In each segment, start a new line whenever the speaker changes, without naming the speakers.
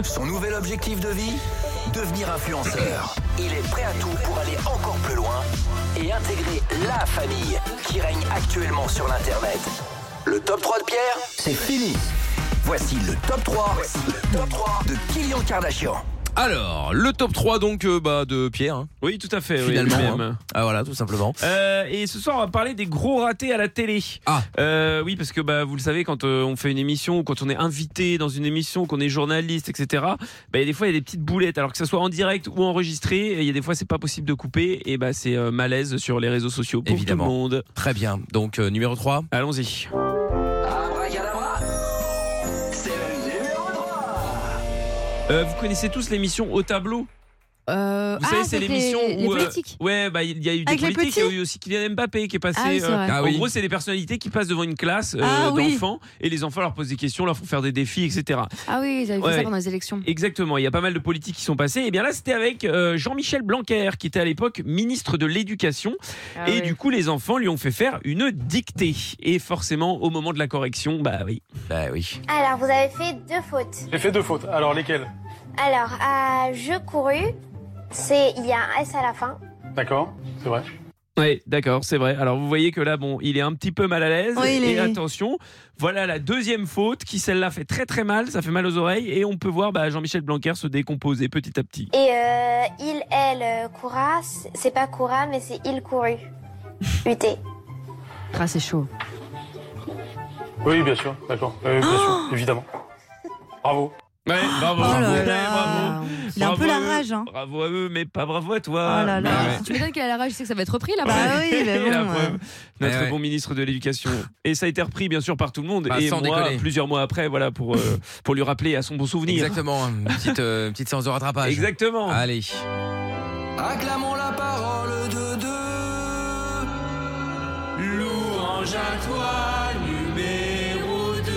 Son nouvel objectif de vie Devenir influenceur. Il est prêt à tout pour aller encore plus loin et intégrer la famille qui règne actuellement sur l'Internet. Le top 3 de Pierre, c'est fini. Voici le top 3, le top 3 de Kylian Kardashian.
Alors, le top 3 donc euh, bah, de Pierre, hein,
Oui, tout à fait. Eh oui,
finalement.
lui-même.
hein. Ah voilà, tout simplement.
Euh, et ce soir, on va parler des gros ratés à la télé.
Ah.
Euh, oui, parce que bah, vous le savez, quand euh, on fait une émission ou quand on est invité dans une émission, qu'on est journaliste, etc., bah, il y a des fois, il y a des petites boulettes. Alors que ça soit en direct ou enregistré, il y a des fois, c'est pas possible de couper. Et bah, c'est euh, malaise sur les réseaux sociaux pour
Évidemment.
tout le monde.
Très bien. Donc, euh, numéro 3.
Allons-y.
Abracadabra, c'est le numéro 3.
Euh, vous connaissez tous l'émission Au tableau
Euh,
Vous
ah,
savez, c'est
avec
l'émission
les, les
où. euh,
politiques.
ouais, bah, il y a eu des
Avec les
politiques. Il y a eu aussi Kylian Mbappé qui est passé.
Ah oui, c'est
euh,
vrai.
Ah oui.
En gros, c'est des personnalités qui passent devant une classe euh,
Ah oui.
d'enfants et les enfants leur posent des questions, leur font faire des défis, etc.
Ah oui, ils avaient
Ouais.
fait ça pendant les élections.
Exactement, il y a pas mal de politiques qui sont passées. Et bien là, c'était avec euh, Jean-Michel Blanquer, qui était à l'époque ministre de l'Éducation.
Ah
et
oui.
du coup, les enfants lui ont fait faire une dictée. Et forcément, au moment de la correction, bah oui.
Bah oui.
Alors, vous avez fait deux fautes.
J'ai fait deux fautes. Alors lesquelles
Alors, à je couru, c'est il y a un S à la fin.
D'accord, c'est vrai.
Ouais, d'accord, c'est vrai. Alors vous voyez que là, bon, il est un petit peu mal à l'aise.
Oui, il
et
est-
attention, voilà la deuxième faute qui, celle-là, fait très très mal. Ça fait mal aux oreilles. Et on peut voir bah, Jean-Michel Blanquer se décomposer petit à petit.
Et euh, il, elle, euh, coura, c'est c'est pas coura, mais c'est il couru. UT.
Ah, c'est chaud.
Oui, bien sûr, d'accord. Oui, bien sûr, évidemment. Bravo.
Ouais, bravo.
Oh là
Ouais,
là.
bravo.
Il a un
Bravo
peu
à
la
eux.
rage, hein.
Bravo à eux, mais pas bravo à
Oh
toi.
là
Ah,
Bah
là.
ouais.
Si tu m'étonnes qu'elle a la rage, tu sais que ça va être repris là
Bah oui, mais
Et la
bon. euh,
preuve, notre
Ouais, ouais.
bon ministre de l'éducation. Et ça a été repris bien sûr par tout le monde
Bah,
et
sans
moi
déconner.
plusieurs mois après voilà pour euh, pour lui rappeler à son bon souvenir.
Exactement. Ah, Une petite, euh, petite séance de rattrapage.
Exactement.
Allez.
Acclamons la parole de deux. Louange à toi, numéro 2.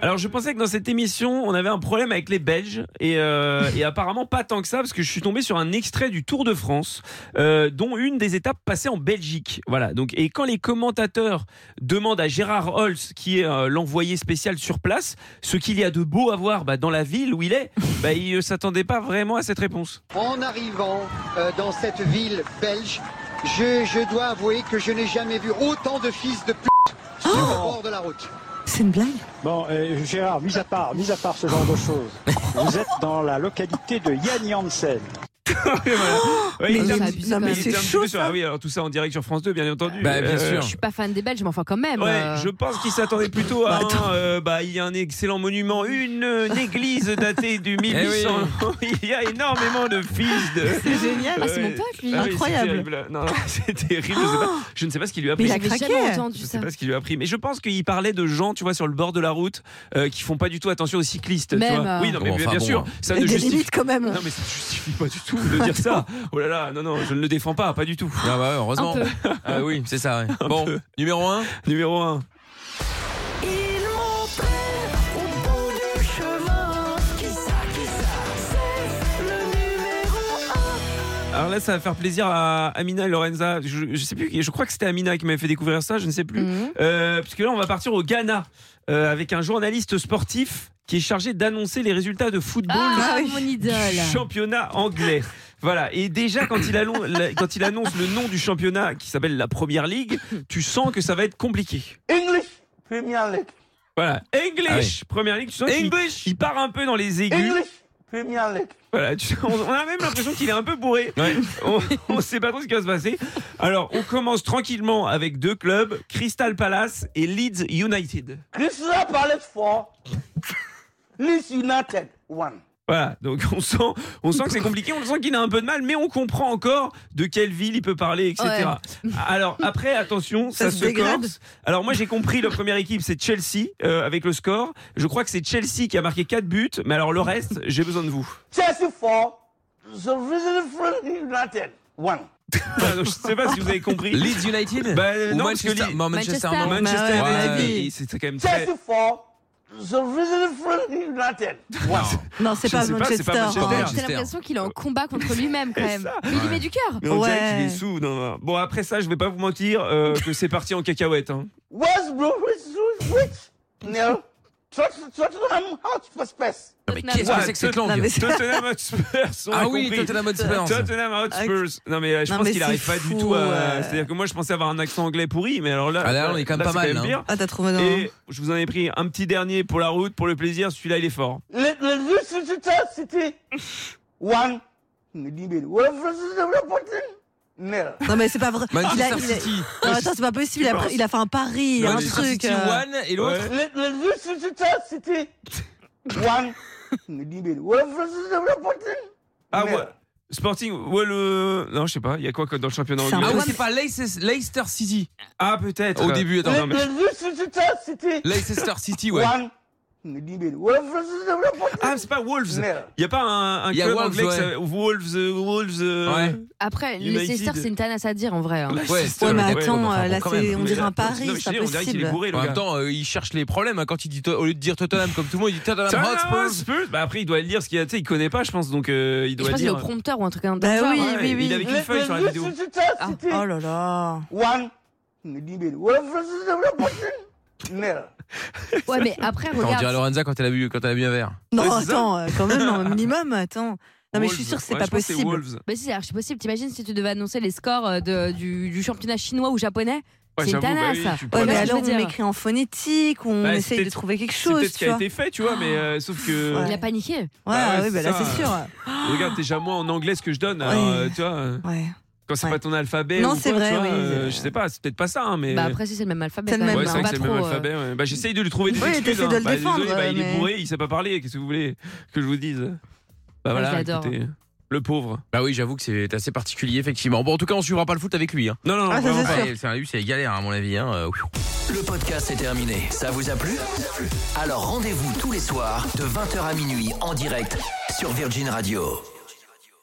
Alors je pensais que dans cette émission on avait un problème avec les Belges et, euh, et apparemment pas tant que ça parce que je suis tombé sur un extrait du Tour de France euh, dont une des étapes passait en Belgique. Voilà donc et quand les commentateurs demandent à Gérard Holz qui est euh, l'envoyé spécial sur place ce qu'il y a de beau à voir bah, dans la ville où il est, bah, il ne s'attendait pas vraiment à cette réponse.
En arrivant euh, dans cette ville belge, je, je dois avouer que je n'ai jamais vu autant de fils de pute sur le bord de la route.
Oh C'est une blague
Bon, euh, Gérard, mis à part, mis à part ce genre de choses, vous êtes dans la localité de Yan Yansen.
Ouais, il
Mais
était
non,
un
mais-
petit-
non, mais
il était
c'est
un petit
chaud,
peu sur-
ça.
ah oui, alors tout ça en direct sur France 2, bien entendu. Euh,
Bah, bien sûr.
Je suis pas fan des Belges, mais enfin quand même.
Ouais,
euh,
je pense qu'il s'attendait plutôt à
Bah, attends.
un, euh, bah, il y a un excellent monument, une, euh, une église datée
Eh
du 1800. il y a énormément de fils de.
C'est génial.
Ah, c'est mon
Ouais.
pote, lui.
Ah oui,
Incroyable.
c'est terrible. Non, non, c'est terrible. Je sais, pas, je ne sais pas ce qu'il lui a
Mais
pris.
il a
J'avais
craqué.
jamais entendu
Je sais
ça.
pas ce qu'il lui a pris, mais je pense qu'il parlait de gens, tu vois, sur le bord de la route, euh, qui font pas du tout attention aux cyclistes. tu
Même,
vois.
euh.
Oui, non, mais
Bon,
bien,
enfin,
bien
bon,
sûr,
hein.
ça
Il y
ne
a des
justifie
limites quand même.
Non mais ça ne justifie pas du tout de dire ça. Oh là là, non non, je ne le défends pas, pas du tout.
Ah bah ouais, heureusement. Ah oui, c'est ça. ouais. Bon, numéro 1.
Numéro 1.
Ils m'ont pris au bout du chemin. Qui ça, qui ça C'est le numéro
Alors là, ça va faire plaisir à Amina et Lorenza. Je, je sais plus, qui- je crois que c'était Amina qui m'avait fait découvrir ça, je ne sais plus.
Mhm.
Euh, puisque là, on va partir au Ghana euh, avec un journaliste sportif qui est chargé d'annoncer les résultats de football
Ah,
Ah oui.
mon
du
idole.
championnat anglais. Voilà. Et déjà, quand il, allon- la- quand il annonce le nom du championnat qui s'appelle la Première Ligue, tu sens que ça va être compliqué.
English Premier League.
Voilà. English,
Ah oui.
Première Ligue, tu sens qu'il
English.
il part un peu dans les aigus.
Premier League.
Voilà, tu- on, on a même l'impression qu'il est un peu bourré.
Ouais.
On ne sait pas trop ce qui va se passer. Alors, on commence tranquillement avec deux clubs, Crystal Palace et Leeds United.
Crystal Palace 4, Leeds United 1.
Voilà, donc on sent, on sent que c'est compliqué, on sent qu'il a un peu de mal, mais on comprend encore de quelle ville il peut parler, etc. Alors après, attention, ça,
Ça se
se,
dégrade.
corse. Alors moi j'ai compris, la première équipe c'est Chelsea euh, avec le score. Je crois que c'est Chelsea qui a marqué 4 buts, mais alors le reste, j'ai besoin de vous.
Chelsea 4, The Resident United 1.
Voilà, donc, je sais pas si vous avez compris.
Leeds United
Bah, euh,
Ou
non, parce que
Manchester,
Leeds-
non, Manchester,
Manchester.
non.
Manchester
Bah ouais,
United,
ouais.
et c'est très quand même très...
Chelsea 4, The Resident United 1.
Non, c'est
Je
pas
sais pas, c'est
Manchester.
pas
hein.
Manchester.
J'ai l'impression qu'il est en combat contre lui-même quand
C'est
même.
ça.
Mais il y met du cœur.
Mais on dirait qu'il est
Ouais.
sous. non, non. Bon, après ça, je vais pas vous mentir euh, que c'est parti en cacahuète. hein.
West Bromwich Switch 0,
Non, mais qu'est-ce que c'est que cette langue
Tottenham Hotspur, on a
Ah oui,
compris.
Tottenham Hotspur. ça.
Tottenham
Ah,
Hotspurs. Non mais euh, je
Non,
pense
mais
qu'il
c'est
arrive pas
fou,
du tout à.
euh.
C'est-à-dire que moi je pensais avoir un accent anglais pourri, mais alors là,
Ah, là, on est quand même pas
c'est
mal, hein.
pire.
Ah, t'as trouvé un.
Et je vous en ai pris un petit dernier pour la route, pour le plaisir. Celui-là, il est fort.
Non, mais c'est pas vrai. Il a-
Manchester
il a-
City.
Non, attends, c'est pas possible. Il a, il a fait un pari, un
Manchester
truc.
City
euh.
one et l'autre.
Ah ouais. Sporting, ouais le. Non, je sais pas. Il y a quoi que dans le championnat
C'est un
Ah
anglais
oui, c'est pas Leices- Leicester City.
Ah peut-être.
Au début, attends.
Non, mais-
Leicester City, ouais.
Ah, c'est pas Wolves. Il y a pas un, un
Il y a
club
Wolves,
anglais qui
ouais.
s'appelle Wolves, euh, Wolves. euh, Ah,
Ouais.
Après,
United.
Leicester, c'est une tanasse à dire en vrai. hein.
Ouais,
Leicester,
Ouais, mais
ouais,
attends,
non, mais
euh,
enfin,
là,
quand
c'est-
même.
on dirait un pari,
Non, mais je
c'est
dis,
pas
on dirait qu'il est
possible.
bourré, le
En
gars.
même temps, euh, il cherche les problèmes. hein. Quand il dit to- au lieu de dire Tottenham comme tout le monde, il dit Tottenham
Tottenham
Hotspur.
Hotspur. Bah après, il doit le dire, ce qu'il a- tu sais, il connaît pas, je pense, donc euh, il
Je
doit
pense qu'il est
dire.
au prompteur ou un truc comme
Bah
ça. hein.
oui,
Ouais,
oui, oui.
Il avait une feuille sur la vidéo.
Ah, oh là là.
Ouais, mais après,
Attends, On dirait
regarde.
Lorenza quand elle a bu, quand elle a bu un verre.
Non,
Ouais, c'est ça.
attends, euh, quand même, un minimum, attends. Non, mais je suis
Wolves.
sûre que c'est
Ouais,
pas
je pense que
possible.
Wolves.
Bah si, c'est archi possible. T'imagines si tu devais annoncer les scores euh, de- du, du championnat chinois ou japonais
Ouais,
C'est une
j'avoue, bah
tanasse.
oui, tu peux
Voilà
Ouais,
ce
mais
que
alors
je veux
on
dire.
écrit en phonétique, on
Bah, c'est
essaye de
peut-être-
trouver quelque
C'est
chose,
peut-être ce qui
tu
a
vois. Ouais,
été fait, tu vois, mais euh, sauf que.
Ouais.
Il a paniqué.
Bah ouais,
ouais, bah là,
c'est ça.
c'est sûr.
Regarde, déjà moi en anglais ce que je donne, alors, euh, tu vois, euh,
Ouais.
quand c'est
Ouais.
pas ton alphabet.
Non,
ou
c'est
quoi, tu
vrai,
vois,
oui.
euh, je sais pas, c'est peut-être pas ça, hein, mais.
Bah après, si c'est le même alphabet.
C'est le
quand
même,
même,
ouais,
hein,
c'est vrai
on
que
va
c'est le même
trop, euh,
alphabet. ouais. Bah, j'essaye de lui trouver des
Ouais,
excuses.
t'essaies de
hein.
le
Bah,
défendre,
désolé, bah, il est
mais-
bourré, il sait pas parler. Qu'est-ce que vous voulez que je vous dise Bah
Ouais, je
voilà,
l'adore.
écoutez, le pauvre.
Bah oui, j'avoue que c'est assez particulier, effectivement. Bon, en tout cas, on suivra pas le foot avec lui. Hein.
Non, non,
Ah, ça,
vraiment
c'est
pas.
sûr.
Ouais, C'est un lui, c'est galère, hein, à mon avis. Hein. Euh,
Le podcast est terminé. Ça vous a plu Alors rendez-vous tous les soirs de 20h à minuit en direct sur Virgin Radio.